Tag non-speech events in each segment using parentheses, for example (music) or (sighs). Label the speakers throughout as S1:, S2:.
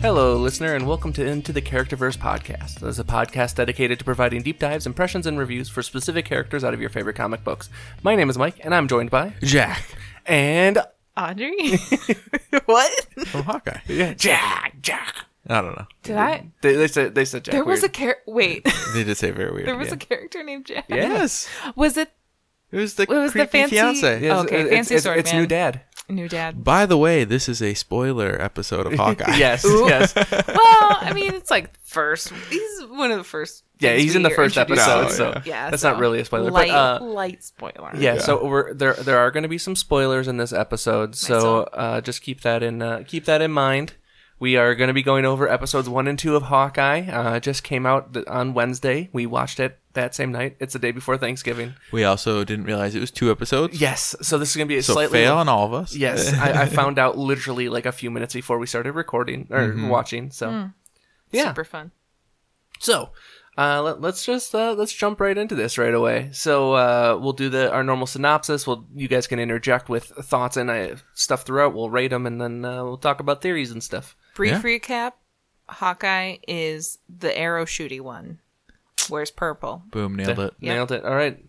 S1: Hello, listener, and welcome to Into the Characterverse podcast. This is a podcast dedicated to providing deep dives, impressions, and reviews for specific characters out of your favorite comic books. My name is Mike, and I'm joined by
S2: Jack
S1: and
S3: (laughs) Audrey? what?
S2: from Hawkeye.
S1: yeah, Jack. Jack.
S2: I don't know.
S3: Did I?
S1: They, they said they said Jack.
S3: There was a
S1: weird.
S3: char-
S1: (laughs)
S3: wait.
S2: They did say very weird.
S3: there was
S2: yeah.
S3: a character named Jack.
S2: yes.
S3: (laughs) Was it
S2: It was the
S3: It was the
S2: creepy
S3: fancy- Oh.
S2: fiance.
S1: Yes,
S3: okay,
S1: it's,
S3: fancy
S1: it's,
S3: sword
S1: It's
S3: man.
S1: new dad. (laughs)
S3: new dad?
S2: By the way, this is a spoiler episode of Hawkeye.
S1: yes, yes.
S3: well, I mean, it's like first. He's one of the first.
S1: Yeah,
S3: things
S1: he's in
S3: we
S1: the first
S3: are introduced
S1: episode,
S2: to.
S1: so
S3: to. Yeah,
S1: that's
S3: so
S1: not really a spoiler.
S3: Light,
S1: but, uh,
S3: light spoiler.
S1: yeah,
S2: Yeah.
S1: so we're there. There are going to be some spoilers in this episode, so
S3: soul.
S1: uh, just keep that in uh, keep that in mind. We are going to be going over episodes one and two of Hawkeye. Uh, it just came out th- on Wednesday. We watched it that same night. It's the day before Thanksgiving.
S2: We also didn't realize it was two episodes.
S1: Yes, so this is going to be a
S2: So
S1: slightly
S2: fail on all of us. (laughs)
S1: yes. I, I found out literally like a few minutes before we started recording or
S2: Mm-hmm.
S1: watching. So
S2: Hmm.
S1: yeah,
S3: super fun.
S1: so uh, let, let's just uh, let's jump right into this right away. So uh, we'll do the our normal synopsis. We'll you guys can interject with thoughts and uh, stuff throughout. We'll rate them and then uh, we'll talk about theories and stuff.
S3: Brief
S2: Yeah.
S3: recap: Hawkeye is the arrow shooty one. Wears purple.
S2: Boom, nailed it.
S3: Yeah.
S1: Nailed it. All right.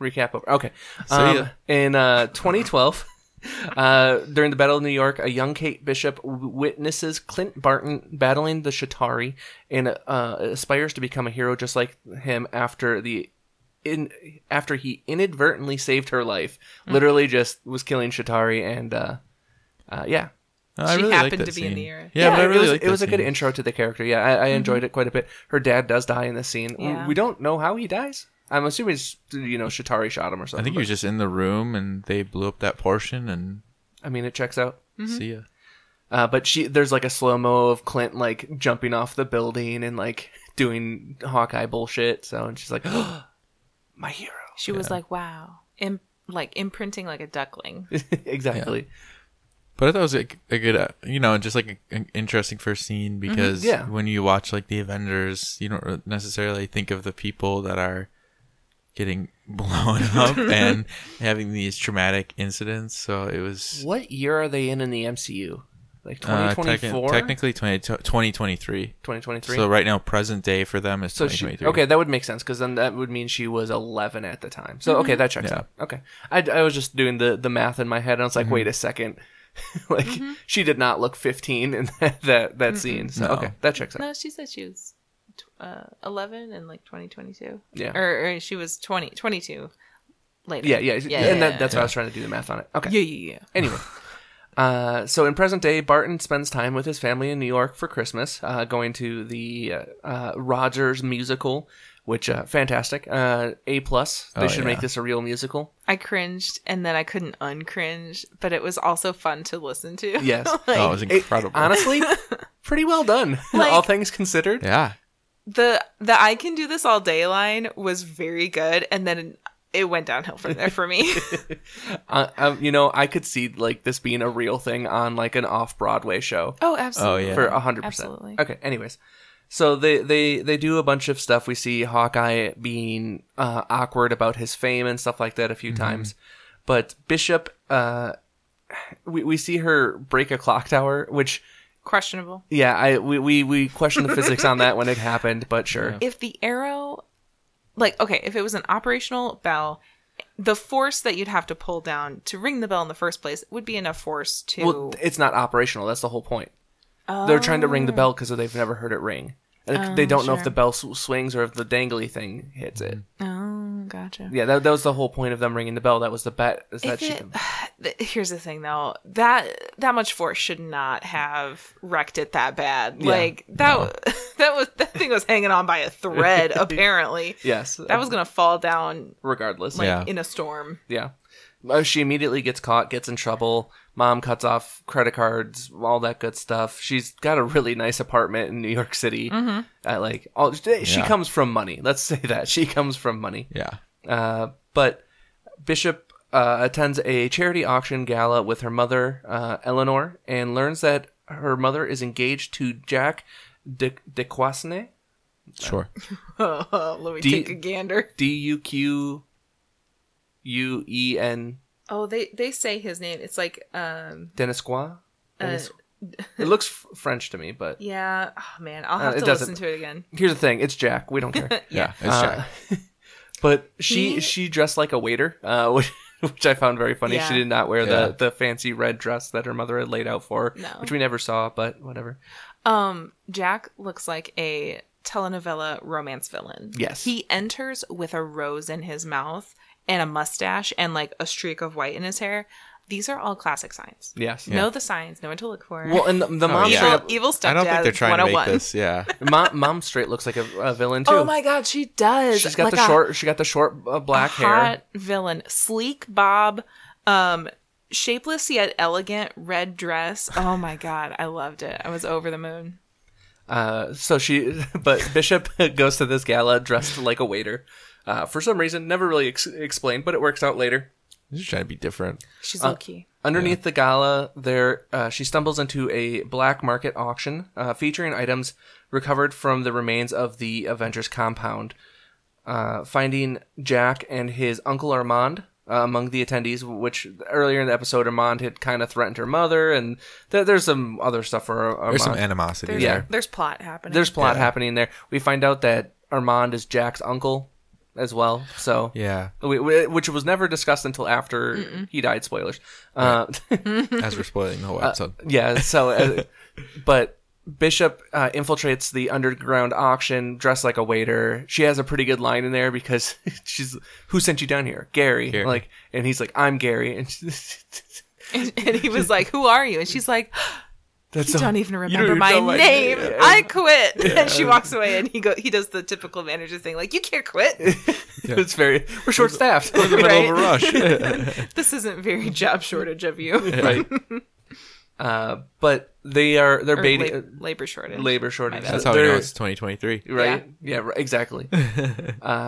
S1: Recap over. Okay.
S2: See ya.
S1: Um, in uh, 2012, uh, during the Battle of New York, a young Kate Bishop w- witnesses Clint Barton battling the Shatari and uh, aspires to become a hero just like him after the in after he inadvertently saved her life.
S2: Mm.
S1: Literally, just was killing Shatari and uh, uh, yeah.
S2: No, I
S3: She
S2: really
S3: happened
S2: liked that
S3: to be in
S2: scene.
S3: the area.
S2: Yeah, but I
S1: it
S2: really
S1: was,
S2: liked
S1: it was
S2: that
S1: a good
S2: scene.
S1: intro to the character. Yeah, I, I enjoyed it quite a bit. Her dad does die in this scene. We-
S3: Yeah.
S1: We don't know how he dies. I'm assuming it's, you know Shatari shot him or something.
S2: I think he
S1: but-
S2: was just in the room and they blew up that portion and
S1: I mean, it checks out.
S3: Mm-hmm.
S2: see ya.
S1: Uh, but she, there's like a slow mo of Clint like jumping off the building and like doing Hawkeye bullshit. So and she's like, (gasps) my hero. (laughs)
S3: She was like, "Wow," Im- like imprinting like a duckling.
S1: exactly.
S2: But I thought it was a, a good, uh, you know, just like a, an interesting first scene because
S1: Mm-hmm. Yeah.
S2: when you watch like the Avengers, you don't necessarily think of the people that are getting (laughs) blown
S1: (laughs)
S2: up and having these traumatic incidents. So it was
S1: What year are they in in the MCU? Like
S2: uh, tec-
S1: 2024,
S2: technically 20, 2023.
S1: 2023.
S2: So right now, present day for them is
S1: So she
S2: 2023.
S1: okay, that would make sense because then that would mean she was 11 at the time. So
S3: Mm-hmm.
S1: okay, that checks
S2: Yeah. Mm-hmm.
S1: out. Okay, I, I was just doing the the math in my head and I was like, wait a second, (laughs) like
S3: Mm-hmm.
S1: she did not look 15 in (laughs) that that, that scene. So
S2: No.
S1: okay, that checks out.
S3: No, she said she was tw- uh, 11 and like 2022.
S1: Yeah.
S3: Or, or she was 20, 22 later.
S1: Yeah, yeah,
S3: Yeah,
S1: and
S3: yeah,
S1: that, that's why I was trying to do the math on it. Okay.
S3: Yeah, yeah, yeah.
S1: (laughs) Anyway, uh, so in present day, Barton spends time with his family in New York for Christmas, uh, going to the uh, uh, Rogers musical, which uh, fantastic, uh, a plus. They
S2: Oh,
S1: should
S2: yeah.
S1: make this a real musical.
S3: I cringed and then I couldn't uncringe, but it was also fun to listen to.
S1: Yes.
S3: (laughs) Like,
S2: oh, it was
S1: It-
S2: incredible.
S3: (laughs)
S1: honestly, pretty well done. (laughs)
S3: Like-
S1: all things considered.
S2: yeah,
S3: the the I can do this all day line was very good and then it went downhill from there
S1: (laughs)
S3: for me. (laughs)
S1: Uh, um, you know, I could see like this being a real thing on like an off Broadway show.
S3: oh,
S2: absolutely. yeah.
S1: for a hundred percent.
S3: Absolutely.
S1: Okay. Anyways, so they they they do a bunch of stuff. We see Hawkeye being uh, awkward about his fame and stuff like that a
S2: Mm-hmm.
S1: few times, but Bishop, uh, we we see her break a clock tower, which
S3: Questionable.
S1: yeah, I we we, we question the physics on that when it happened, but sure.
S3: if the arrow like okay if it was an operational bell the force that you'd have to pull down to ring the bell in the first place would be enough force to Oh,
S1: Well, it's not operational. That's the whole point. They're trying to ring the bell because they've never heard it ring. And they don't know if
S3: sure.
S1: the bell sw- swings or if the dangly thing hits it.
S3: oh gotcha
S1: Yeah, that, that was the whole point of them ringing the bell. That was the bet. Is that
S3: If
S1: she
S3: it- (sighs) Th- here's the thing though that that much force should not have wrecked it that bad like that (laughs) that was that thing was hanging on by
S1: (laughs)
S3: a thread apparently
S1: Yes,
S3: that was gonna fall down
S1: regardless.
S3: like
S1: yeah,
S2: Yeah.
S3: in a storm (laughs)
S1: yeah. Uh, She immediately gets caught, gets in trouble. Mom cuts off credit cards, all that good stuff. She's got a really nice apartment in New York City. Mm-hmm. Uh, like, all, she she
S2: Yeah.
S1: comes from money. Let's say that she comes from money.
S2: yeah.
S1: Uh, but Bishop uh, attends a charity auction gala with her mother, uh, Eleanor, and learns that her mother is engaged to Jack De DeQuasne, (laughs)
S2: Sure.
S3: let me
S1: Do you-
S3: take a gander
S1: D U Q U E N
S3: oh they they say his name it's like um
S1: Denisqua.
S3: uh, (laughs)
S1: Denis- It looks f- French to me, but
S3: Yeah. Oh man, I'll
S1: Uh,
S3: have
S1: it
S3: to
S1: doesn't-
S3: listen to it again.
S1: here's the thing: it's Jack. We don't care.
S3: (laughs)
S2: Yeah, it's
S1: Uh,
S2: Jack.
S1: but she
S3: He-
S1: she dressed like a waiter, uh, (laughs) which which I found very funny. She
S3: Yeah.
S1: did not wear
S2: Yeah.
S1: the the fancy red dress that her mother had laid out for her,
S3: No.
S1: which we never saw. But whatever.
S3: Um, Jack looks like a telenovela romance villain.
S1: Yes.
S3: He enters with a rose in his mouth and a mustache and like a streak of white in his hair. These are all classic signs.
S1: Yes.
S3: Know the signs, know what to look for.
S1: Well, and the, the mom
S2: yeah.
S1: straight
S3: evil,
S1: up,
S3: evil stepdad
S2: I don't think they're trying to
S1: oh
S2: make
S3: 101.
S2: this. Yeah,
S1: mom, mom straight looks like a, a villain too.
S3: Oh my god, she does.
S1: She's got
S3: Like
S1: the
S3: a-
S1: short. She got the short uh, black hair.
S3: hot villain, sleek bob, um, shapeless yet elegant red dress. Oh my god, I loved it. I was over the moon.
S1: Uh, so she, (laughs) but Bishop goes to this gala dressed like a waiter. Uh, for some reason, never really ex- explained, but it works out later.
S2: just trying to be different.
S3: She's
S1: Uh,
S3: low key.
S1: Underneath the gala, there uh, she stumbles into a black market auction uh, featuring items recovered from the remains of the Avengers compound. Uh, finding Jack and his uncle Armand uh, among the attendees, which earlier in the episode Armand had kind of threatened her mother, and th- there's some other stuff for Ar- Armand.
S2: There's some animosity
S3: There's,
S1: Yeah.
S2: there.
S3: there's plot happening.
S1: There's plot
S2: Yeah.
S1: happening there. We find out that Armand is Jack's uncle as well. So
S2: Yeah,
S1: we- we- which was never discussed until after he died. Spoilers. Uh,
S2: as we're spoiling the whole
S1: (laughs)
S2: episode.
S1: yeah. So, uh, but Bishop uh, infiltrates the underground auction dressed like a waiter. She has a pretty good line in there because (laughs) she's who sent you down here, Gary.
S2: Gary.
S1: Like, and he's like, I'm Gary, and (laughs) she's-
S3: and, (laughs) and he was like, "Who are you?" And she's
S2: (gasps)
S3: like,
S1: that's
S3: "You
S1: all-
S3: don't even remember
S2: even
S3: my
S2: know my
S3: name.
S2: name."
S3: I quit." And she walks away, and he go. He does the typical manager thing, like, "You
S2: (laughs)
S3: can't quit.
S1: it's very we're short staffed.
S2: In the middle of a
S3: Right.
S2: rush. (laughs)
S3: This isn't very job shortage of you."
S1: right. Uh, but they are they're
S3: (laughs) Or
S1: baiting.
S3: la- labor shortage.
S1: labor shortage.
S3: bad.
S2: That's how we know
S1: They're-
S2: it's 2023.
S1: right? Yeah, right,
S2: (laughs)
S1: exactly. uh,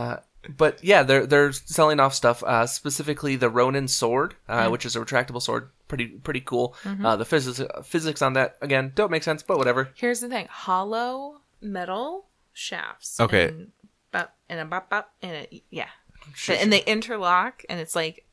S1: but yeah, they're they're selling off stuff, uh, specifically the Ronin sword, uh,
S2: Mm-hmm.
S1: which is a retractable sword. Pretty pretty cool. Uh, the physics physics on that again don't make sense, but whatever.
S3: Here's the thing: hollow metal shafts.
S2: Okay.
S3: And, bop, and a bop bop and a, yeah,
S1: Sure,
S3: and they interlock, and it's like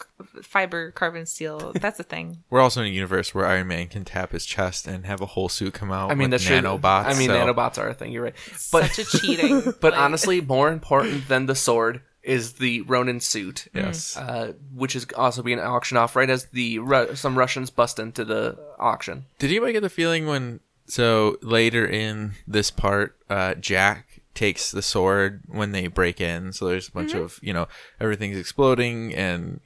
S3: c- fiber, carbon, steel. That's a thing.
S2: We're also in a universe where Iron Man can tap his chest and have a whole suit come out.
S1: I mean
S2: with
S1: that's
S2: nanobots.
S1: I mean
S2: so-
S1: nanobots are a thing. You're right, but (laughs)
S3: Such a cheating.
S1: but
S3: like- (laughs)
S1: honestly, more important than the sword is the Ronin suit.
S2: Yes.
S1: Uh, which is also being auctioned off right as the Ru- some Russians bust into the auction.
S2: Did anybody get the feeling when so later in this part, uh, Jack takes the sword when they break in? So there's a bunch
S3: Mm-hmm.
S2: of you know everything's exploding and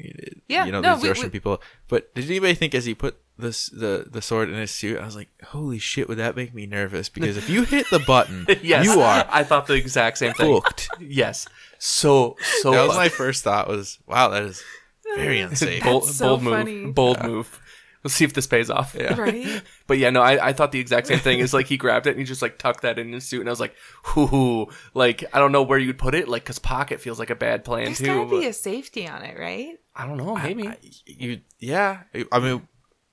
S3: Yeah,
S2: you know
S3: no,
S2: these
S3: we-
S2: Russian
S3: we-
S2: people. But did anybody think as he put this the the sword in his suit, I was like, holy shit, would that make me nervous? Because if you hit the button,
S3: (laughs)
S1: Yes,
S2: you are
S1: (laughs) I thought the exact same thing.
S2: booked.
S1: Yes. So so
S2: That was
S1: fucked.
S2: my first thought. Was wow, that is
S3: (laughs)
S2: very unsafe.
S1: bold,
S3: That's so
S1: bold move.
S3: funny.
S1: Bold move. Let's see if this pays off.
S2: Yeah.
S3: right?
S1: (laughs) But yeah, no, I, I thought the exact same thing. Is like he grabbed it and he just like tucked that in his suit, and I was like, "Hoo Like I don't know where you'd put it, like because pocket feels like a bad plan
S3: There's
S1: too.
S3: gotta be
S1: but-
S3: a safety on it, right?
S1: I don't know, maybe.
S2: I- you yeah. I mean,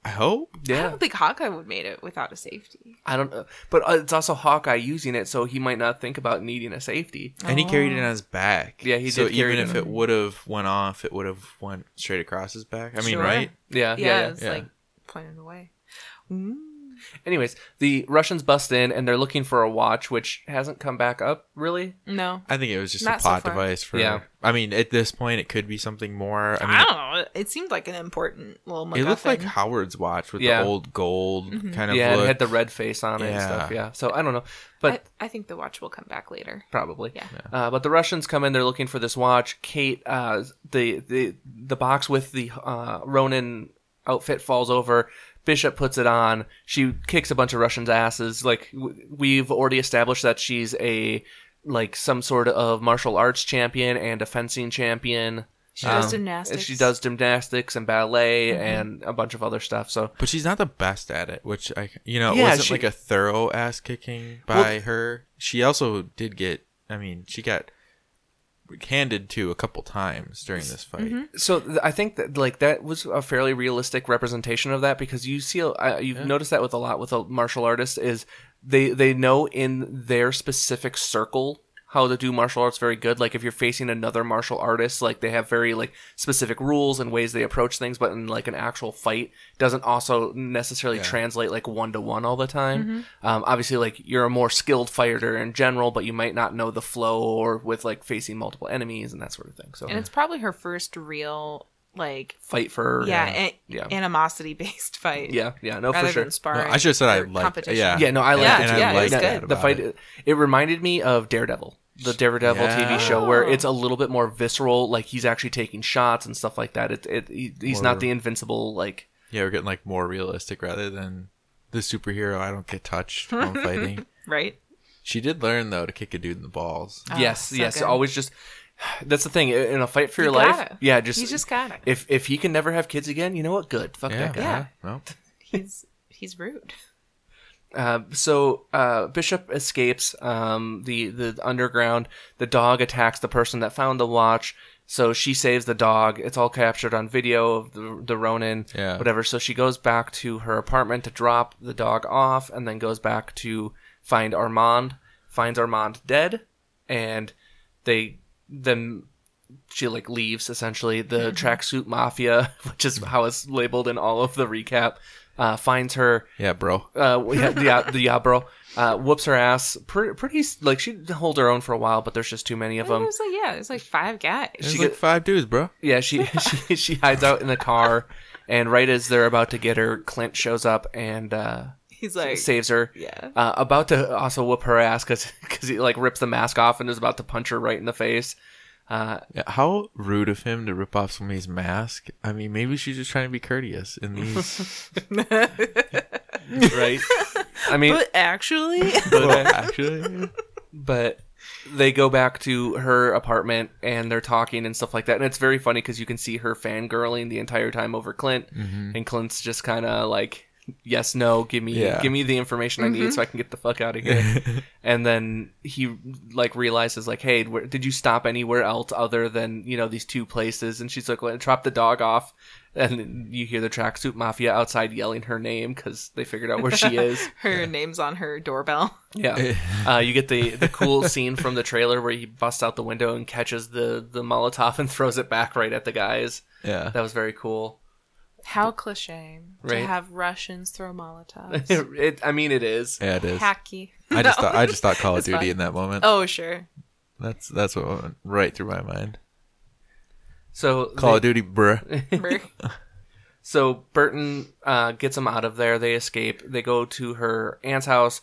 S2: I hope.
S3: I
S1: yeah,
S3: don't think Hawkeye would made it without a safety.
S1: I don't. know. But uh, it's also Hawkeye using it, so he might not think about needing a safety.
S2: And he carried it
S3: Oh.
S2: on his back.
S1: Yeah, he
S2: so
S1: did carry
S2: even
S1: it
S2: if
S1: on-
S2: it would have went off, it would have went straight across his back. I mean,
S3: Sure.
S2: right?
S1: Yeah,
S3: Yeah,
S1: yeah, yeah.
S3: it's
S2: yeah.
S3: like pointed away.
S1: Anyways, the Russians bust in and they're looking for a watch, which hasn't come back up really.
S3: No,
S2: I think it was just
S3: Not
S2: a
S3: so
S2: plot
S3: far.
S2: device for.
S1: Yeah.
S2: I mean, at this point, it could be something more. I mean,
S3: I don't know. It seemed like an important little. MacGuffin.
S2: it looked like Howard's watch with
S1: Yeah.
S2: the old gold
S3: Mm-hmm.
S2: kind of
S1: Yeah, and
S2: look.
S1: it had the red face on it and
S2: Yeah.
S1: stuff. Yeah, so I don't know, but
S3: I, I think the watch will come back later.
S1: probably.
S3: Yeah.
S1: Uh, but the Russians come in. They're looking for this watch. Kate, uh, the the the box with the uh, Ronin outfit falls over. Bishop puts it on. She kicks a bunch of Russians' asses. Like w- we've already established that she's a like some sort of martial arts champion and a fencing champion.
S3: She does
S1: Um,
S3: gymnastics. Mm-hmm.
S1: She does gymnastics and ballet and a bunch of other stuff. So
S2: but she's not the best at it, which I, you know, it
S1: Yeah,
S2: wasn't
S1: she-
S2: like a thorough ass kicking by
S1: Well-
S2: her. She also did get, I mean, she got handed to a couple times during this fight.
S3: Mm-hmm.
S1: so th- I think that like that was a fairly realistic representation of that because you see uh, you've noticed that with a lot with a martial artist is they they know in their specific circle how to do martial arts very good. Like if you're facing another martial artist, like they have very like specific rules and ways they approach things, but in like an actual fight doesn't also necessarily
S2: Yeah.
S1: translate like one to one all the time.
S3: Mm-hmm.
S1: Um, obviously, like you're a more skilled fighter in general, but you might not know the flow or with like facing multiple enemies and that sort of thing. So
S3: And it's probably her first real like
S1: fight for
S3: yeah,
S1: yeah.
S3: animosity based (laughs) fight.
S1: yeah, yeah, no,
S3: rather
S1: for sure.
S3: than sparring.
S2: No, I should've said I
S3: or
S2: liked-
S3: competition.
S2: yeah.
S1: Yeah, no, I
S2: And-
S1: liked
S3: and
S1: it. too.
S3: I liked
S1: Yeah,
S3: that
S1: the
S2: about
S1: fight.
S2: it.
S1: It reminded me of Daredevil, the Daredevil TV show, where
S3: Yeah.
S1: it's a little bit more visceral. Like he's actually taking shots and stuff like that. It, it he, he's
S2: More-
S1: not the invincible like.
S2: Yeah, we're getting like more realistic rather than the superhero. I don't get touched when I'm (laughs) fighting.
S3: Right?
S2: She did learn though to kick a dude in the balls.
S3: Ah,
S1: yes,
S3: so
S1: yes.
S3: good.
S1: Always just. (sighs) That's the thing in a fight for
S3: You
S1: your life.
S3: gotta.
S1: Yeah, just
S3: He's just got it.
S1: if if he can never have kids again, you know what? Good. Fuck
S2: Yeah,
S1: that guy.
S3: Yeah.
S2: No.
S3: He's he's rude.
S1: Uh, so uh, Bishop escapes um, the the underground. The dog attacks the person that found the watch. So she saves the dog. It's all captured on video of the, the Ronin,
S2: Yeah.
S1: whatever. So she goes back to her apartment to drop the dog off, and then goes back to find Armand. Finds Armand dead, and they then she like leaves essentially the tracksuit mafia, (laughs) which is how it's labeled in all of the recap. Uh, finds her
S2: Yeah, bro.
S1: uh, yeah, the, (laughs) yeah, the yeah, bro, uh, whoops her ass. Pretty, pretty, like she hold her own for a while, but there's just too many of
S3: It
S1: them.
S3: was like yeah, it was like five guys.
S2: There's
S1: she
S2: like
S1: get-
S2: five dudes, bro.
S1: Yeah, she (laughs) she she hides out in the car, and right as they're about to get her, Clint shows up and uh,
S3: (laughs) He's like
S1: saves her.
S3: Yeah.
S1: Uh, about to also whoop her ass because he like rips the mask off and is about to punch her right in the face. Uh,
S2: Yeah, how rude of him to rip off somebody's mask. I mean, maybe she's just trying to be courteous in (laughs) these.
S3: (laughs)
S1: right. I mean,
S3: But actually (laughs)
S2: but actually, (laughs)
S1: but they go back to her apartment and they're talking and stuff like that and it's very funny because you can see her fangirling the entire time over clint and clint's just kind of like yes no give me
S2: Yeah.
S1: give me the information i need so i can get the fuck out of here and then he like realizes like hey where, did you stop anywhere else other than you know these two places and she's like well, drop the dog off and you hear the tracksuit mafia outside yelling her name because they figured out where she is
S3: her name's on her doorbell. (laughs)
S1: yeah, uh, you get the the cool (laughs) scene from the trailer where he busts out the window and catches the the Molotov and (laughs) throws it back right at the guys.
S2: yeah.
S1: That was very cool. (laughs)
S3: How cliche
S1: Right.
S3: to have Russians
S2: (laughs)
S3: throw Molotovs.
S1: It, it- I mean, it is.
S2: Yeah, it is.
S3: Hacky.
S2: I
S3: (laughs)
S2: just
S3: No.
S2: thought I just thought Call of
S3: It's
S2: Duty
S3: fine.
S2: in that moment.
S3: Oh sure.
S2: That's that's what went right through my mind.
S1: So
S2: Call
S1: they-
S2: of Duty,
S3: (laughs)
S2: bruh.
S3: Remember?
S1: So Burton uh, gets them out of there. They escape. They go to her aunt's house.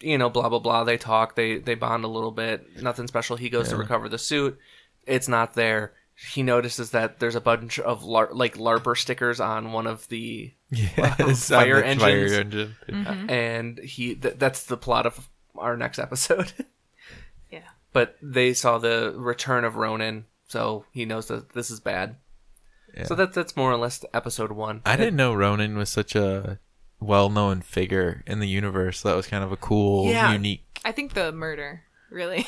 S1: You know, blah blah blah. They talk. They they bond a little bit. Nothing special. He goes to recover the suit. It's not there. He notices that there's a bunch of lar- like LARPer stickers on one of the
S2: (laughs) Yes, on
S1: Fire
S2: the
S1: engines.
S2: Fire engine.
S3: Mm-hmm.
S1: and he th- that's the plot of our next episode (laughs)
S3: Yeah.
S1: but they saw the return of ronin so he knows that this is bad
S2: Yeah.
S1: so that's that's more or less episode one
S2: I didn't know Ronan was such a well-known figure in the universe. That was kind of a cool,
S1: Yeah.
S2: unique.
S3: I think the murder, really.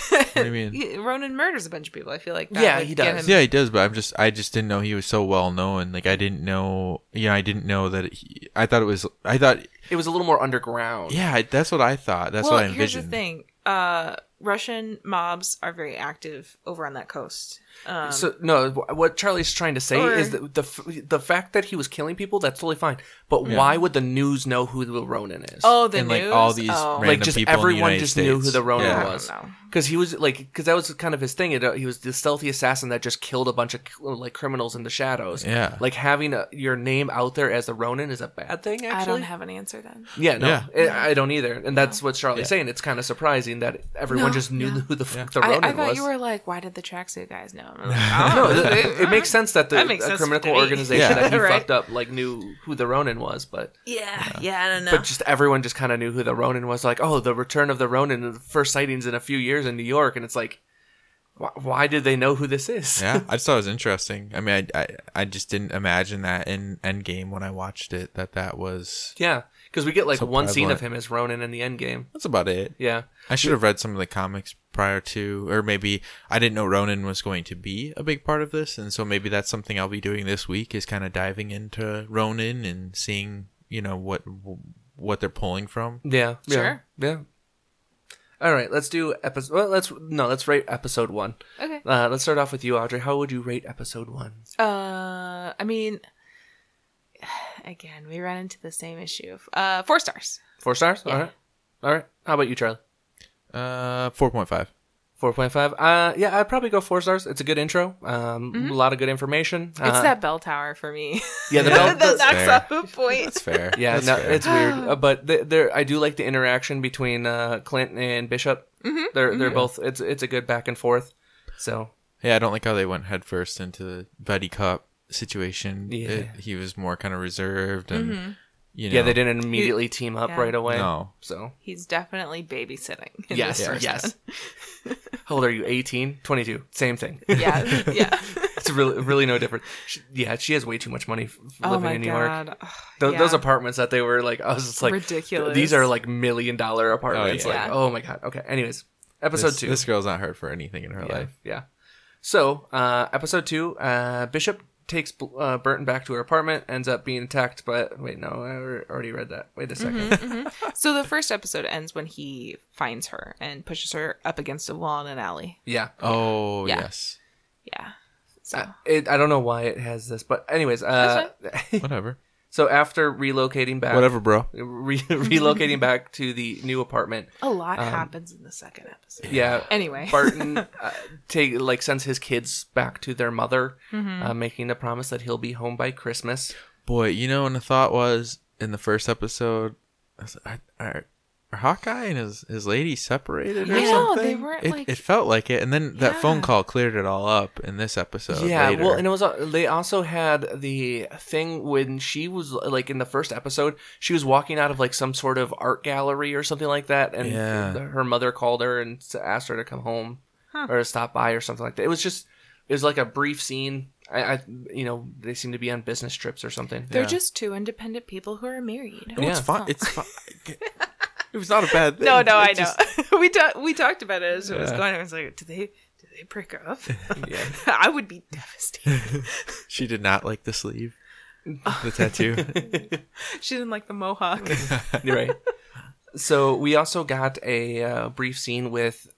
S2: What do you
S3: (laughs)
S2: mean?
S3: Ronan murders a bunch of people. I feel like that
S1: Yeah,
S3: would
S1: he
S3: get
S1: does.
S3: him-
S2: Yeah, he does, but I'm just I just didn't know he was so well known. Like I didn't know, you know, I didn't know that he, I thought it was I thought
S1: it was a little more underground
S2: yeah, I- that's what I thought. That's
S3: well,
S2: what I
S3: here's the
S2: envisioned.
S3: thing: uh, Russian mobs are very active over on that coast. Um,
S1: so no wh- what charlie's trying to say
S3: Or-
S1: is that the f- the fact that he was killing people that's totally fine but why would the news know who the ronin is
S3: oh, the
S2: and
S3: news.
S2: like all these
S3: oh.
S2: random
S1: Like, just
S2: people in the
S1: everyone
S2: United
S1: just knew who
S2: States.
S1: the Ronin
S2: yeah.
S3: I
S1: was.
S3: don't know.
S1: because he was like because that was kind of his thing it, uh, he was the stealthy assassin that just killed a bunch of like criminals in the shadows
S2: Yeah.
S1: like having a, your name out there as the ronin is a bad thing actually
S3: I don't have an answer then.
S1: yeah no
S2: Yeah.
S1: it- i don't either and that's what charlie's saying it's kind of surprising that everyone
S3: No,
S1: just knew who the fuck the
S3: I,
S1: ronin
S3: I thought
S1: was
S3: you were like, why did the tracksuit guys
S2: (laughs)
S3: know? I'm like,
S1: (laughs)
S3: I
S1: no,
S3: (laughs) don't know.
S1: it, it makes sense that the
S3: That makes
S1: a
S3: sense to
S1: criminal
S3: me.
S1: organization
S3: (laughs)
S2: Yeah.
S1: that he
S3: Right.
S1: fucked up like knew who the Ronin was, but
S3: yeah, yeah, I don't know.
S1: but just everyone just kind of knew who the Ronin was. Like, oh, the return of the Ronin, the first sightings in a few years in New York, and it's like, wh- why did they know who this is?
S2: yeah, I just thought it was interesting. I mean, I, I I just didn't imagine that in Endgame when I watched it that that was
S1: Yeah, because we get like
S2: So
S1: one scene of
S2: prevalent.
S1: him as Ronin in the end game.
S2: that's about it.
S1: Yeah,
S2: I should have read some of the comics prior to, or maybe I didn't know Ronan was going to be a big part of this, and so maybe that's something I'll be doing this week is kind of diving into Ronan and seeing, you know, what what they're pulling from.
S1: yeah, yeah,
S3: Sure.
S1: yeah. All right, let's do episode. Well, let's no, let's rate episode one.
S3: Okay.
S1: Uh, let's start off with you, Audrey. How would you rate episode one?
S3: Uh, I mean, (sighs) again, we run into the same issue. Uh, four stars.
S1: Four stars.
S3: Yeah.
S1: All right. All right. How about you, Charlie?
S2: Uh, four point five.
S1: Four point five. Uh, yeah, I'd probably go four stars. It's a good intro. Um, a lot of good information. Uh, It's
S3: It's that bell tower for me.
S1: Uh-huh.
S3: (laughs)
S1: Yeah, the
S3: that
S1: bell.
S3: knocks
S2: fair.
S3: off a point.
S2: That's fair.
S1: (laughs) Yeah,
S2: That's
S1: no,
S2: fair.
S1: it's
S3: (gasps)
S1: weird, uh, but th- there I do like the interaction between uh, Clint and Bishop. Mm-hmm. They're they're both it's it's a good back and forth. So
S2: Yeah, I don't like how they went headfirst into the buddy cop situation. It-
S1: Yeah.
S2: he was more kind of reserved, and you know,
S1: yeah, they didn't immediately team up
S3: Yeah.
S1: right away.
S2: No.
S1: So
S3: He's definitely babysitting. (laughs) in
S1: yes,
S3: this first
S1: yes. (laughs) How old are you? 18? 22. Same thing.
S3: one. (laughs) Yeah. Yeah.
S1: (laughs) It's really really no different. She, yeah, she has way too much money f-
S3: oh
S1: living
S3: my
S1: in New York.
S3: god. Ugh,
S1: Th-
S3: yeah.
S1: Those apartments that they were like, I was just like,
S3: Ridiculous.
S1: These are like million dollar apartments.
S2: yeah.
S1: Like,
S3: Yeah.
S1: oh my god. Okay. Anyways,
S2: this,
S1: episode two.
S2: This girl's not hurt for anything in her
S1: yeah,
S2: life.
S1: Yeah. So, uh, episode two, uh, Bishop takes uh, Burton back to her apartment, ends up being attacked by. Wait, no, I alre- already read that. Wait a 2nd
S3: So the first episode ends when he finds her and pushes her up against a wall in an alley.
S1: (laughs) Yeah.
S2: Oh
S3: Yeah.
S2: yes,
S3: Yeah. So
S1: Uh, it, I don't know why it has this, but anyways, uh,
S2: whatever,
S1: so after relocating (laughs) back,
S2: whatever, bro.
S1: (laughs) re- relocating back to the new apartment,
S3: a lot
S1: um,
S3: happens in the second episode.
S1: yeah,
S3: Anyway. (laughs)
S1: Barton uh, take like sends his kids back to their mother,
S3: Mm-hmm.
S1: uh, making the promise that he'll be home by Christmas.
S2: Boy, you know, and the thought was in the first episode, I was like, I- are, are Hawkeye and his his lady separated or
S3: I know, they
S2: something?
S3: weren't,
S2: It,
S3: like-
S2: it felt like it, and then that
S3: Yeah.
S2: phone call cleared it all up in this episode.
S1: yeah
S2: later.
S1: well and it was uh, they also had the thing when she was like in the first episode she was walking out of like some sort of art gallery or something like that and
S2: Yeah.
S1: her mother called her and s- asked her to come home or to stop by or something like that it was just it was like a brief scene I, I you know they seem to be on business trips or something
S3: They're just two independent people who are married.
S2: No, it's
S1: Yeah.
S2: fine. (laughs) It's fine. it was not a bad thing.
S3: No, no,
S2: It
S3: I know.
S2: just-
S3: (laughs) we ta- we talked about it as it was
S2: Yeah.
S3: going. I was like, do they do they break up? (laughs) I would be devastated.
S2: (laughs) She did not like the sleeve, the (laughs) tattoo.
S3: she didn't like the
S1: (laughs)
S3: mohawk.
S1: You're right so we also got a uh, brief scene with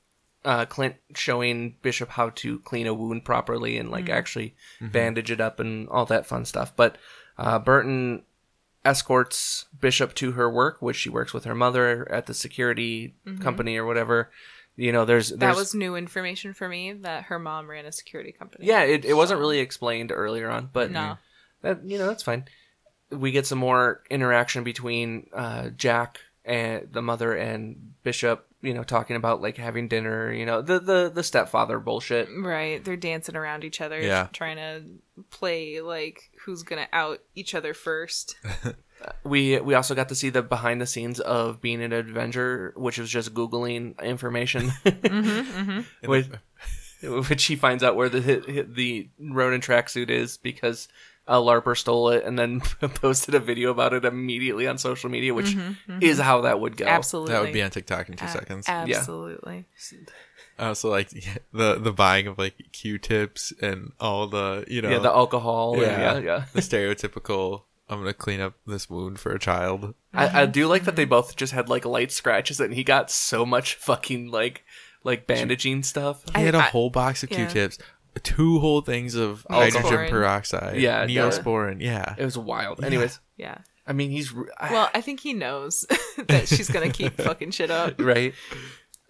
S1: uh, Clint showing Bishop how to clean a wound properly and like actually bandage it up and all that fun stuff. But uh, Burton escorts Bishop to her work, which she works with her mother at the security company or whatever. You know, there's, there's
S3: that was new information for me that her mom ran a security company.
S1: yeah, it, it wasn't really explained earlier on, but
S3: No.
S1: that you know that's fine. We get some more interaction between uh, Jack and the mother and Bishop. You know, talking about like having dinner. You know, the the the stepfather bullshit.
S3: Right. They're dancing around each other,
S2: Yeah.
S3: trying to play like who's gonna out each
S1: (laughs)
S3: other first.
S1: We we also got to see the behind the scenes of being an Avenger, which was just googling information, (laughs)
S3: Mm-hmm,
S1: which which he finds out where the the Ronin tracksuit is because a larper stole it and then (laughs) posted a video about it immediately on social media, which
S3: Mm-hmm.
S1: is how that would go.
S3: Absolutely.
S2: that would be on TikTok in two
S3: A-
S2: seconds.
S3: Absolutely.
S2: I also like (laughs) the the buying of like Q-tips and all the you know
S1: Yeah, the alcohol. Yeah,
S2: Yeah.
S1: yeah. yeah.
S2: the stereotypical. I'm gonna clean up this wound for a child.
S1: I, I do like that they both just had like light scratches, and he got so much fucking like like bandaging stuff.
S2: I had a
S3: I-
S2: whole box of
S3: yeah.
S2: Q-tips, two whole things of
S3: Neosporin.
S2: hydrogen peroxide,
S1: Yeah, yeah.
S2: neosporin. Yeah,
S1: It was wild. Anyways, (sighs)
S3: Yeah.
S1: I mean, he's re- I-
S3: Well, I think he knows (laughs) that she's gonna
S1: (laughs)
S3: keep fucking shit up.
S1: right.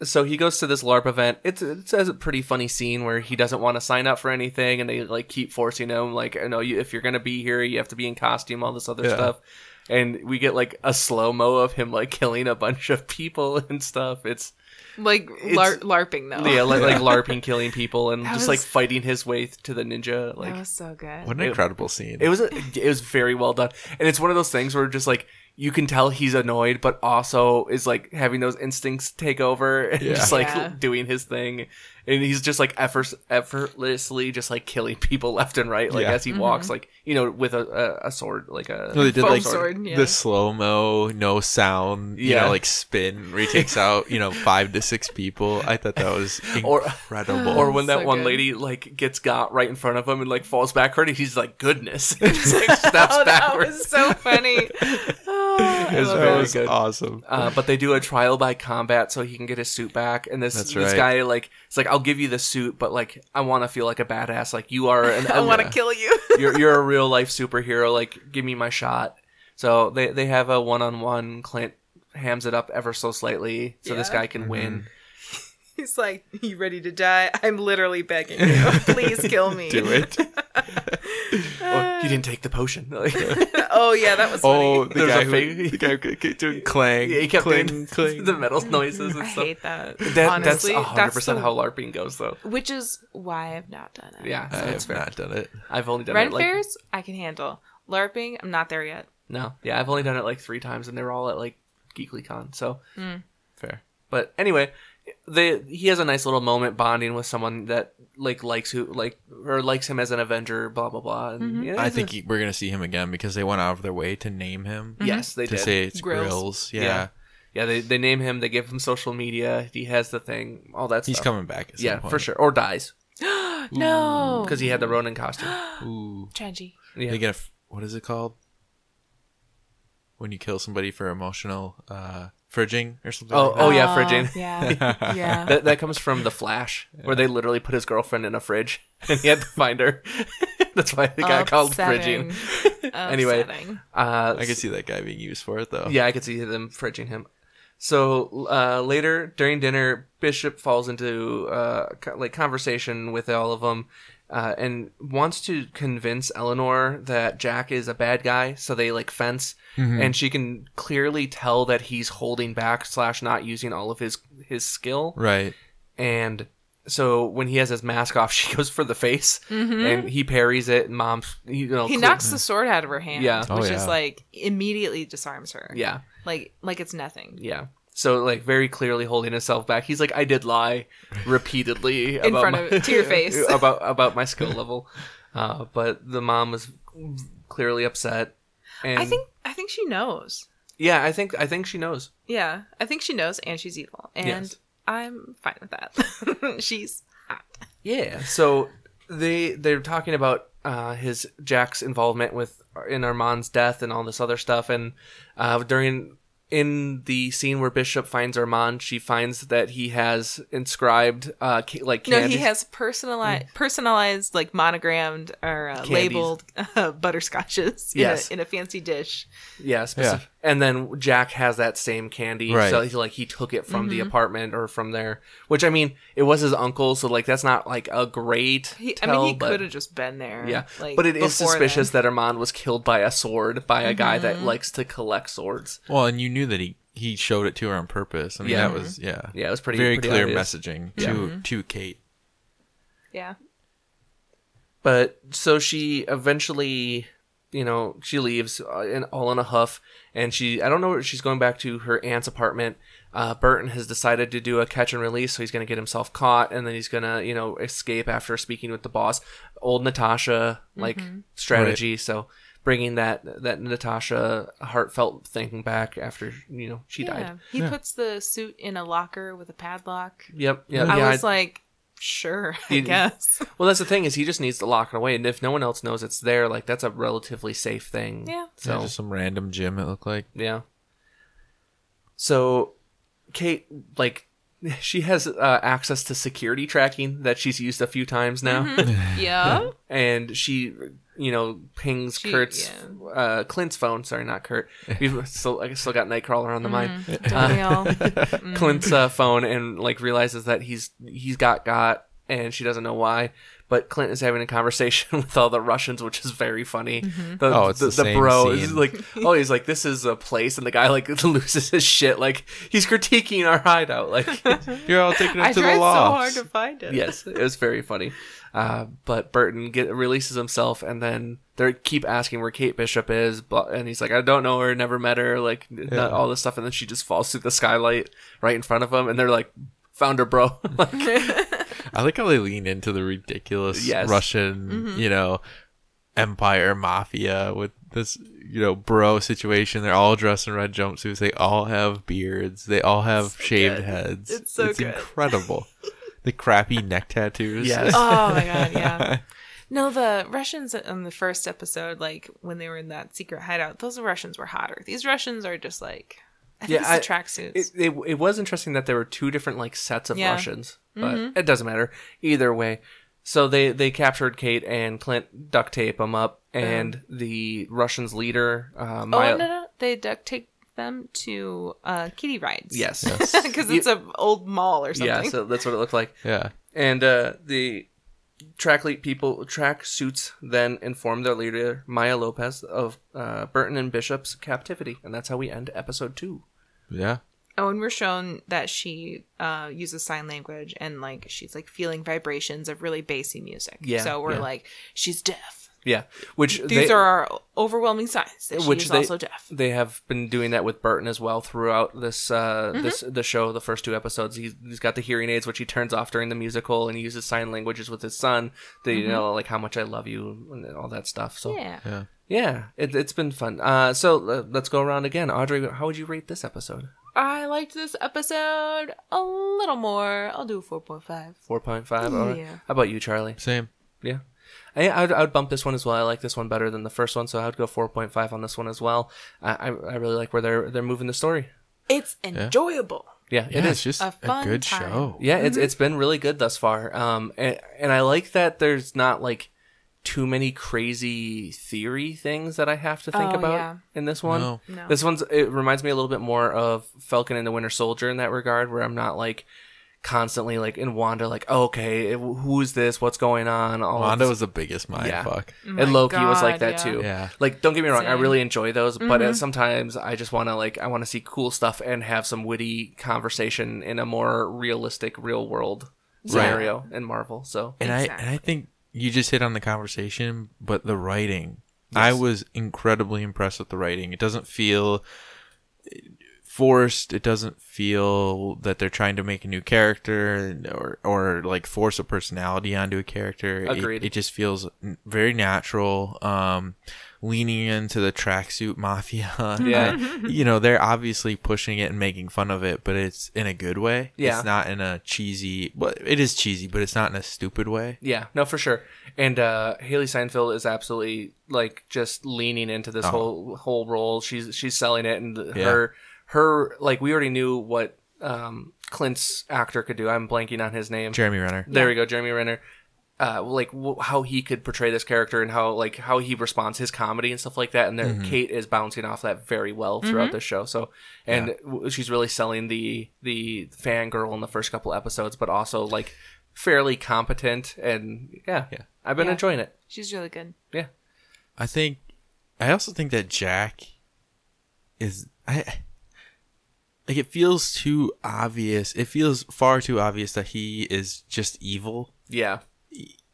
S1: So he goes to this LARP event. It's it's a pretty funny scene where he doesn't want to sign up for anything, and they like keep forcing him. Like, I know you, if you're gonna be here, you have to be in costume, all this other
S2: Yeah.
S1: stuff. And we get like a slow mo of him like killing a bunch of people (laughs) and stuff. It's
S3: Like lar- larping though.
S2: Oh.
S1: Yeah,
S3: (laughs)
S1: like, like LARPing, killing people, and
S3: That
S1: just
S3: was-
S1: like fighting his way th- to the ninja. Like
S3: that was so good.
S2: what an
S1: It-
S2: incredible scene.
S1: it was, a, it was very well done, and it's one of those things where just like you can tell he's annoyed, but also is like having those instincts take over and
S2: Yeah.
S1: just like
S3: Yeah.
S1: doing his thing, and he's just like effort, effortlessly just like killing people left and right, like
S2: Yeah.
S1: as he
S3: Mm-hmm.
S1: walks, like you know, with a, a, a sword, like a
S2: No, they did
S3: Foam
S2: like
S3: sword, yeah.
S2: the slow mo, no sound, you
S1: Yeah.
S2: know, like spin, where he takes out, you know, five to six people. I thought that was
S1: (laughs) Or-
S2: incredible.
S1: or when that
S3: so
S1: one
S3: good.
S1: lady like gets got right in front of him and like falls (laughs)
S3: (laughs)
S1: backward, and he's like, "Goodness!" and just, like, steps (laughs)
S3: oh, that
S1: backwards.
S3: was so funny. Oh,
S2: It's-
S3: love
S2: that
S3: it.
S2: was
S1: Very good.
S2: awesome.
S1: (laughs) Uh, but they do a trial by combat so he can get his suit back. And this
S2: That's
S1: this
S2: right.
S1: guy like it's like I'll give you the suit, but like I want to feel like a badass. Like you are
S3: (laughs)
S1: an
S3: I want to
S1: uh,
S3: kill you.
S1: you're you're a real life superhero. Like give me my shot. So they they have a one on one. Clint hams it up ever so slightly so this
S3: Yeah.
S1: guy can win.
S3: He's like, "You ready to die? I'm literally begging
S1: (laughs)
S3: you. Please kill me."
S2: Do
S3: (laughs)
S2: it. Mm-hmm.
S1: Or he didn't take the potion. (laughs) Like,
S3: oh yeah, that was
S2: Oh,
S3: funny.
S2: the
S1: There's
S2: guy,
S1: a
S2: who,
S1: fake-
S2: the guy who c- c- doing clang.
S1: he kept
S2: clang,
S1: doing
S2: clang.
S1: (laughs) the metal noises and
S3: I
S1: stuff.
S3: hate that.
S1: That,
S3: Honestly,
S1: that's 100%
S3: that's the-
S1: how LARPing goes, though.
S3: which is why I've not done it.
S1: Yeah, so
S2: I
S1: that's fair.
S2: have not done it.
S1: I've only done
S3: Ren
S1: it like
S3: fairs I can handle. LARPing, I'm not there yet.
S1: no, yeah, I've only done it like three times, and they were all at like GeeklyCon. So,
S2: Fair.
S1: but anyway, they he has a nice little moment bonding with someone that like likes who like or likes him as an Avenger. Blah blah blah. And, yeah,
S2: I
S1: it's
S2: think
S1: a-
S2: he, we're gonna see him again because they went out of their way to name him.
S1: yes, they
S2: to
S1: did.
S2: say it's
S3: Mm-hmm. Grills.
S2: Grills. Yeah.
S1: Yeah. yeah, they they name him. They give him social media. He has the thing. All that
S2: he's
S1: stuff.
S2: coming back. At some
S1: Yeah,
S2: point.
S3: (gasps)
S1: for sure. Or dies
S3: No,
S1: because Mm, he had the Ronin
S2: (gasps)
S1: costume.
S2: Ooh,
S3: Trenji.
S1: Yeah.
S2: they get a f- what is it called when you kill somebody for emotional uh fridging or something?
S1: Oh,
S2: like
S1: oh yeah, fridging. (laughs)
S3: Yeah, yeah.
S1: That, that comes from The Flash, where they literally put his girlfriend in a fridge (laughs) and he had to find her. (laughs) That's why they got called
S3: Upsetting.
S1: fridging. (laughs) Anyway.
S3: Upsetting.
S1: Uh,
S2: that? I can see that guy being used for it though.
S1: Yeah, I could see them fridging him. So uh, later during dinner, Bishop falls into uh, co- like conversation with all of them, uh, and wants to convince Eleanor that Jack is a bad guy. So they like fence, and she can clearly tell that he's holding back slash not using all of his his skill.
S2: Right.
S1: And so when he has his mask off, (laughs) she goes for the face, and he parries it. And mom, you know,
S3: Mm-hmm. He
S1: cle-
S3: knocks the sword out of her hand,
S1: Yeah.
S3: which
S2: Oh,
S3: is
S2: yeah.
S3: like immediately disarms her.
S1: Yeah,
S3: like like it's nothing.
S1: yeah. So like very clearly holding himself back. He's like, I did lie repeatedly
S3: (laughs) In
S1: about
S3: front
S1: my-
S3: of- to
S1: (laughs)
S3: your face.
S1: about about my
S3: (laughs)
S1: skill level. Uh, but the mom was clearly upset. And
S3: I think I think she knows.
S1: yeah, I think I think she knows.
S3: Yeah, I think she knows, and she's evil, and
S1: Yes.
S3: I'm fine with that. (laughs) she's hot.
S1: Yeah. So they they're talking about uh, his Jack's involvement with in Armand's death and all this other stuff. And uh, during in the scene where Bishop finds Armand, she finds that he has inscribed uh, ca- like
S3: No,
S1: candies.
S3: he has personalized, personalized, like monogrammed or uh,
S1: Candies.
S3: labeled (laughs) uh, butterscotches in,
S1: Yes.
S3: a, in a fancy dish.
S1: yeah, specific. And then Jack has that same candy,
S2: Right.
S1: so he like he took it from
S3: Mm-hmm.
S1: the apartment or from there. Which I mean, it was his uncle, so like that's not like a great.
S3: He, I
S1: tell,
S3: mean, he
S1: but-
S3: could have just been there.
S1: Yeah,
S3: like,
S1: but it is
S3: before
S1: suspicious
S3: then. Mm-hmm.
S1: that Armand was killed by a sword by a guy that likes to collect swords.
S2: Well, and you knew that he he showed it to her on purpose. I mean,
S1: Yeah.
S2: that was yeah.
S1: Yeah, it was pretty
S2: Very
S1: pretty
S2: clear
S1: obvious.
S2: messaging to
S3: Mm-hmm.
S2: to Kate.
S3: Yeah,
S1: But so she eventually, you know, she leaves uh, in, all in a huff, and she I don't know where she's going back to her aunt's apartment. Uh, Burton has decided to do a catch and release, so he's going to get himself caught, and then he's going to you know escape after speaking with the boss, old Natasha like
S3: Mm-hmm.
S1: strategy. So bringing that that Natasha heartfelt thing back after you know she
S3: yeah.
S1: died.
S3: He puts the suit in a locker with a padlock.
S1: Yep. Yep.
S3: I
S1: Oh, yeah,
S3: was like, sure, (laughs) I
S1: You- (laughs)
S3: guess.
S1: Well, that's the thing is he just needs to lock it away, and if no one else knows it's there, like that's a relatively safe thing.
S3: Yeah.
S1: So
S2: Yeah, just some random gym it looked like.
S1: yeah. So, Kate, like, (laughs) she has uh, access to security tracking that she's used a few times now,
S3: Mm-hmm. yeah.
S1: and she, you know, pings
S3: She-
S1: Kurt's,
S3: yeah.
S1: uh, Clint's phone. Sorry, not Kurt. We've (laughs) still, I still got Nightcrawler on the mind. (laughs)
S3: Mm-hmm. Daniel.
S1: Clint's uh, phone and like realizes that he's he's got got and she doesn't know why. But Clint is having a conversation (laughs) with all the Russians, which is very funny. The,
S2: Oh, it's the same
S1: bro is
S2: scene.
S1: like, oh, he's like, this is a place, and the guy like (laughs) loses his shit. Like he's critiquing our hideout. Like,
S2: You're all taking it
S3: I
S2: to
S3: tried
S2: the
S3: so
S2: loft.
S3: hard to find it.
S1: yes, it was very funny. Uh, but Burton get, releases himself, and then they keep asking where Kate Bishop is, but, and he's like, I don't know her, never met her, like n- not all this stuff, and then she just falls through the skylight right in front of him, and they're like, found her, bro. (laughs) like,
S2: I like how they lean into the ridiculous
S1: Yes.
S2: Russian,
S3: Mm-hmm.
S2: you know, empire mafia with this, you know, bro situation. They're all dressed in red jumpsuits. They all have beards. They all have shaved heads.
S3: It's so good. (laughs)
S2: incredible. the crappy neck tattoos.
S1: Yes. (laughs)
S3: Oh my god, yeah. No, the Russians in the first episode, like when they were in that secret hideout, those Russians were hotter. These Russians are just like, I think
S1: Yeah,
S3: it's the
S1: It,
S3: tracksuits.
S1: it, it was interesting that there were two different like sets of
S3: Yeah. Mm-hmm.
S1: Russians, but it doesn't matter either way. So they they captured Kate and Clint, duct tape them up, and the Russians leader, uh,
S3: Oh,
S1: Milo-
S3: no, no. They duct tape them to uh, kitty rides. (laughs)
S1: yes,
S3: Because it's an old mall or
S1: yeah,
S3: something.
S1: so that's what it looked like.
S2: Yeah.
S1: And uh, the track lead people, track suits, then informed their leader Maya Lopez of uh, Burton and Bishop's captivity, and that's how we end episode two.
S2: Yeah.
S3: Oh, and we're shown that she uh, uses sign language and like she's like feeling vibrations of really bassy music.
S1: Yeah,
S3: So we're
S2: yeah.
S3: like, she's deaf.
S1: Yeah, which
S3: These
S1: they-
S3: are our overwhelming signs that
S1: Which
S3: she's
S1: they-
S3: also deaf.
S1: they have been doing that with Burton as well throughout this uh,
S3: Mm-hmm.
S1: this the show. The first two episodes, he's, he's got the hearing aids, which he turns off during the musical, and he uses sign languages with his son. They you know like how much I love you and all that stuff. So yeah,
S3: Mm-hmm. Yeah.
S2: Yeah.
S1: it, it's been fun. Uh, so uh, let's go around again. Audrey, how would you rate this episode?
S3: I liked this episode a little more. I'll do a 4.5.
S1: Four point five. How
S3: Yeah.
S1: about you, Charlie?
S2: Same.
S1: Yeah. I, I'd, I would bump this one as well. I like this one better than the first one, so I would go 4.5 on this one as well. I, I, I really like where they're they're moving the story.
S3: It's enjoyable.
S1: Yeah,
S2: Yeah,
S1: it is.
S2: it's just
S3: a
S2: a,
S3: fun
S2: good
S3: time.
S2: show.
S1: Yeah, it's
S3: Mm-hmm.
S1: it's been really good thus far. Um, and, and I like that there's not like too many crazy theory things that I have to think
S3: Oh,
S1: about
S3: yeah.
S1: in this one.
S2: No.
S3: No.
S1: This one's it reminds me a little bit more of Falcon and the Winter Soldier in that regard, where I'm not like constantly like in Wanda, like okay, who's this? What's going on? All of
S2: Wanda
S1: this-
S2: was the biggest mind
S1: Yeah.
S2: fuck.
S1: and
S3: Oh my
S1: Loki was like
S3: God,
S1: that
S3: yeah.
S1: too.
S2: Yeah.
S1: Like, don't get me wrong, I
S3: Same.
S1: really enjoy those, but
S2: Mm-hmm.
S1: uh, sometimes I just want to like I want to see cool stuff and have some witty conversation in a more realistic, real world scenario in Marvel. So
S2: And I and I think you just hit on the conversation, but the writing. I was incredibly impressed with the writing. It doesn't feel eh, forced. It doesn't feel that they're trying to make a new character or or like force a personality onto a character. It-
S1: Agreed.
S2: It, just feels n- very natural. Um, leaning into the tracksuit mafia. (laughs)
S1: Yeah.
S2: you know they're obviously pushing it and making fun of it, but it's in a good way.
S1: Yeah.
S2: It's not in a cheesy. Well, it is cheesy, but it's not in a stupid way.
S1: yeah, no, for sure. And uh, Haley Seinfeld is absolutely like just leaning into this whole whole role. She's she's selling it, and
S2: Oh. Yeah.
S1: her her like we already knew what um, Clint's actor could do. I'm blanking on his name.
S2: Jeremy Renner.
S1: There we go, Jeremy Renner. Uh, like w- how he could portray this character and how like how he responds his comedy and stuff like that. And then Kate is bouncing off that very well throughout the show. So and w- she's really selling the the fangirl in the first couple episodes, but also like fairly competent and yeah, yeah. I've been
S3: Yeah.
S1: enjoying it.
S3: She's really good.
S1: Yeah,
S2: I think I also think that Jack is I like it feels too obvious. It feels far too obvious that he is just evil.
S1: yeah,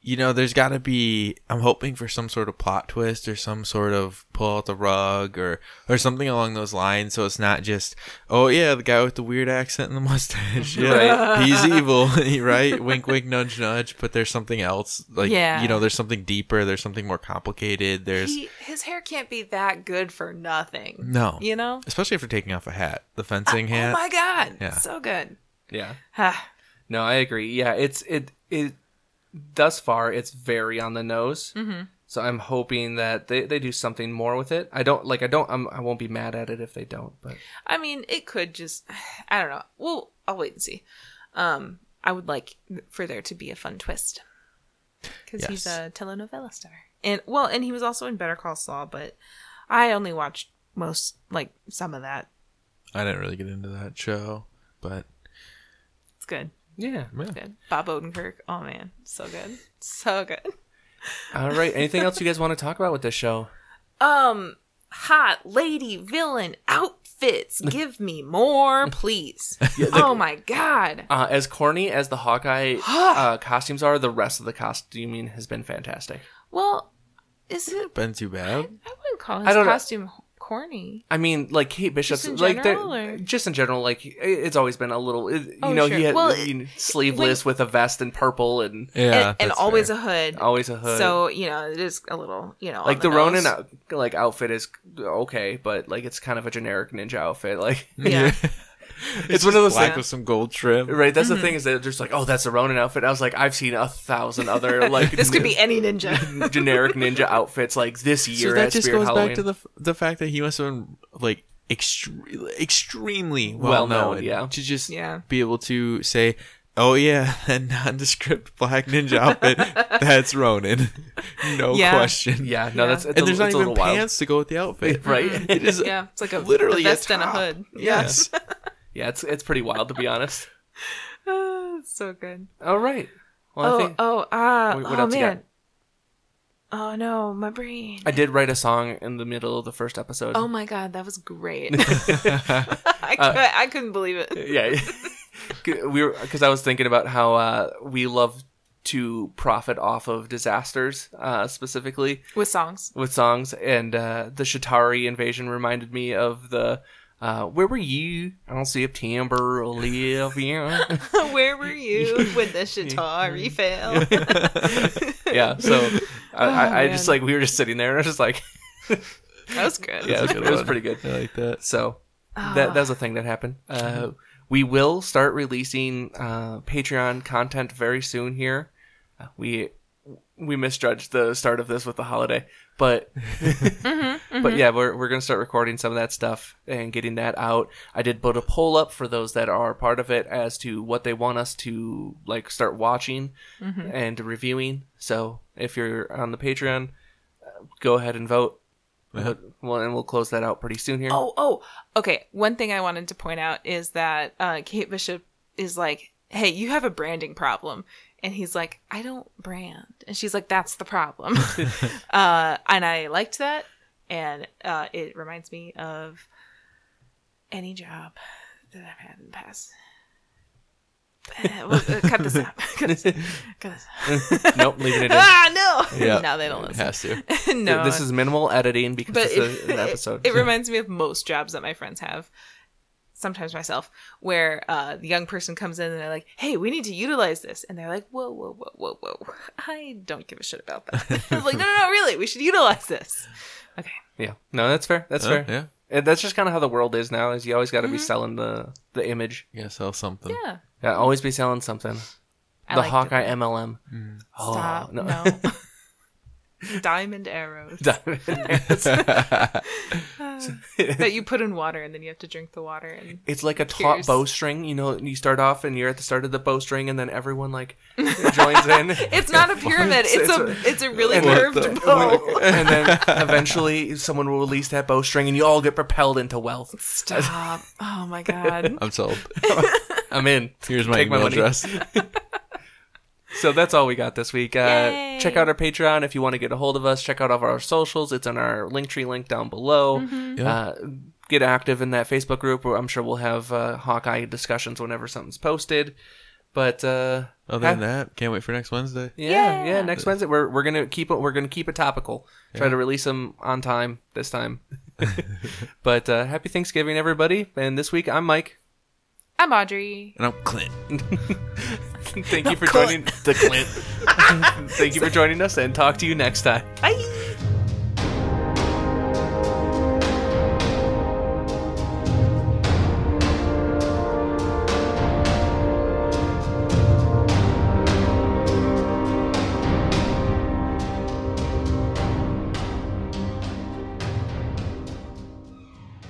S2: You know, there's got to be I'm hoping for some sort of plot twist or some sort of pull out the rug or or something along those lines so it's not just oh yeah, the guy with the weird accent and the (laughs) mustache. Yeah.
S3: (laughs)
S2: He's evil, (laughs) right? Wink wink nudge nudge, but there's something else like
S3: Yeah.
S2: you know, there's something deeper, there's something more complicated. There's
S3: He, his hair can't be that good for nothing.
S2: No.
S3: You know?
S2: especially after taking off a hat, the fencing
S3: Oh
S2: hat.
S3: my God.
S2: Yeah.
S3: So good. (sighs)
S1: yeah.
S3: Ah,
S1: No, I agree. Yeah, it's it it thus far it's very on the nose. Mm-hmm. So I'm hoping that they, they do something more with it. I don't like I don't I'm, I won't be mad at it if they don't. But
S3: I mean, it could just, (sighs) I don't know. Well, I'll wait and see. Um, I would like for there to be a fun twist because he's
S2: Yes.
S3: a telenovela star. And well, and he was also in Better Call Saul, but I only watched most, like some of that.
S2: I didn't really get into that show, but
S3: It's good.
S1: yeah.
S3: Good. Bob Odenkirk. Oh man, so good. So good.
S1: All right. Anything else you guys want to talk about with this show?
S3: Um, hot lady villain outfits. Give me more, please. oh my god.
S1: Uh, as corny as the
S3: (gasps)
S1: Hawkeye uh, costumes are, the rest of the costuming has been fantastic.
S3: Well, is it?
S2: been too bad.
S3: I wouldn't call
S1: I
S3: his
S1: don't know.
S3: costume corny.
S1: I mean, like Kate Bishop's,
S3: Just in
S1: like they're-
S3: general, or-
S1: just in general, like it- it's always been a little, it- you
S3: Oh,
S1: know,
S3: sure.
S1: he had
S3: Well,
S1: you know, sleeveless with a vest and purple and
S2: Yeah,
S3: and, and
S2: that's
S3: always
S2: fair.
S3: a hood.
S1: always a hood.
S3: So you know, it is a little you know on
S1: like the, Ronin
S3: nose.
S1: out,
S2: (laughs)
S3: Hmm.
S1: like outfit is okay, but like it's kind of a generic ninja outfit. Like
S3: Yeah.
S2: It's,
S1: one of
S2: just
S1: those
S2: black
S1: things-
S2: with some gold trim.
S1: (laughs) Right, that's the thing is that there's like, oh, that's a Ronin outfit. I was like, I've seen a thousand
S3: (laughs)
S1: other like
S3: This could be any ninja. (laughs)
S1: n- (laughs) generic ninja outfits like this year.
S2: So that
S1: at
S2: just
S1: Spirit
S2: goes
S1: Halloween.
S2: back to the f- the fact that he must have been like extre- extremely well,
S1: Well-known,
S2: known,
S1: yeah.
S2: to just
S3: Yeah.
S2: be able to say, "Oh yeah, (laughs) that nondescript black
S1: (laughs)
S2: ninja outfit, that's Ronin, no
S3: Yeah.
S2: question."
S1: yeah, no,
S3: Yeah.
S1: that's it's
S2: and
S1: a,
S2: there's
S1: it's
S2: not
S1: a
S2: even
S1: little wild.
S2: pants to go with the
S1: (laughs)
S2: outfit,
S1: Right?
S2: (laughs) It is
S3: yeah, it's like a
S2: literally
S3: a vest and a
S2: top.
S3: hood.
S2: Yes.
S1: (laughs) yeah, it's it's pretty wild to be honest.
S3: Ah, (laughs) it's so good.
S1: All right. Well,
S3: Oh,
S1: I think
S3: oh, ah,
S1: Wait, what
S3: oh
S1: else you got?
S3: man. Oh no, my brain.
S1: I did write a song in the middle of the first episode. (laughs)
S2: (laughs)
S3: Oh my god, that was great. (laughs) I,
S1: Uh,
S3: could, I couldn't believe
S1: (laughs)
S3: it.
S1: yeah. we were because I was thinking about how uh, we love to profit off of disasters uh, specifically
S3: With songs. (laughs)
S1: with songs, and uh, the Shatari invasion reminded me of the. Uh, where were you? I don't see a timber, Olivia.
S3: Where were you when the Shatari fell?
S1: (laughs) yeah, so I,
S2: Oh,
S1: I, I
S3: man.
S1: just like we were just sitting there, and I was just like, (laughs)
S3: that was good.
S1: yeah, it was,
S2: a good
S1: it was
S2: one.
S1: pretty good.
S2: (laughs) I
S1: (laughs)
S2: like that.
S1: So
S3: Ah.
S1: that that was a thing that happened. Uh, we will start releasing uh, Patreon content very soon. Here, uh, we we misjudged the start of this with the holiday, but
S3: Ah. Mm-hmm,
S1: but yeah, we're we're gonna start recording some of that stuff and getting that out. I did put a poll up for those that are part of it as to what they want us to like start watching
S3: mm-hmm.
S1: and reviewing. So if you're on the Patreon, uh, go ahead and vote.
S2: Yeah.
S1: Well, and we'll close that out pretty soon here.
S3: Oh, oh, okay. One thing I wanted to point out is that uh, Kate Bishop is like, "Hey, you have a branding problem," and he's like, "I don't brand," and she's like, "That's
S1: (laughs)
S3: the problem." uh, and I liked that, and uh, it reminds me of any job that I've had in the past. Uh, well, uh, cut this out. (laughs) Cut this, cut this
S1: (laughs)
S3: out.
S1: nope, leaving it in.
S3: Ah, no! (laughs) No, they don't
S2: It
S3: listen.
S2: has to.
S3: no,
S1: this is minimal editing because
S3: but
S1: it's
S3: it,
S1: a, an episode.
S3: (laughs) It, reminds me of most jobs that my friends have, sometimes myself, where uh, the young person comes in and they're like, "Hey, we need to utilize this," and they're like, "Whoa, whoa, whoa, whoa, whoa! (laughs) I don't give a shit about that." I was like, "No, no, no, really, we should utilize this." Okay,
S1: (laughs) yeah, no, that's fair. That's
S2: Uh,
S1: fair.
S2: yeah.
S1: And that's just kind of how the world is now. Is you always got to be
S3: Mm-hmm.
S1: selling the the image.
S2: You gotta sell something. (laughs)
S3: yeah,
S1: Yeah, always be selling something.
S3: I
S1: the
S3: liked it. Mm.
S1: Hawkeye MLM. Oh,
S3: Stop.
S1: no. (laughs)
S3: no. Diamond arrows (laughs) that you put in water and then you have to drink the water and
S1: it's like a taut
S3: Cheers.
S1: bowstring. You know, you start off and you're at the start of the bowstring, and then everyone
S3: (laughs)
S1: like joins in. (laughs)
S3: it's not a pyramid. It's,
S1: It's
S3: a, it's a really
S1: And
S3: curved
S2: the-
S3: bow. (laughs)
S1: and then eventually someone will release that bowstring, and you all get propelled into wealth.
S3: Stop! Oh
S2: (laughs)
S3: my god.
S2: I'm sold.
S1: (laughs) I'm in.
S2: Here's my
S1: Take my
S2: email
S1: money. Mm-hmm.
S2: address.
S1: So that's all we got this week. Uh,
S3: Yay.
S1: check out our Patreon if you want to get a hold of us. Check out all of our socials. It's on our Linktree link down below.
S3: Mm-hmm.
S2: Yeah.
S1: Uh, get active in that Facebook group. Where I'm sure we'll have uh, Hawkeye discussions whenever something's posted. But uh,
S2: Other than that, can't wait for next Wednesday.
S1: yeah, yeah,
S3: Yeah.
S1: Next Wednesday we're we're gonna keep it. We're gonna keep it topical. Try to release them on time this time. (laughs) but uh, happy Thanksgiving, everybody! And this week I'm Mike. (laughs)
S3: I'm Audrey.
S2: And I'm Clint.
S1: (laughs) Thank you for joining the Clint. Thank you for joining us, and talk to you next time.
S3: Bye.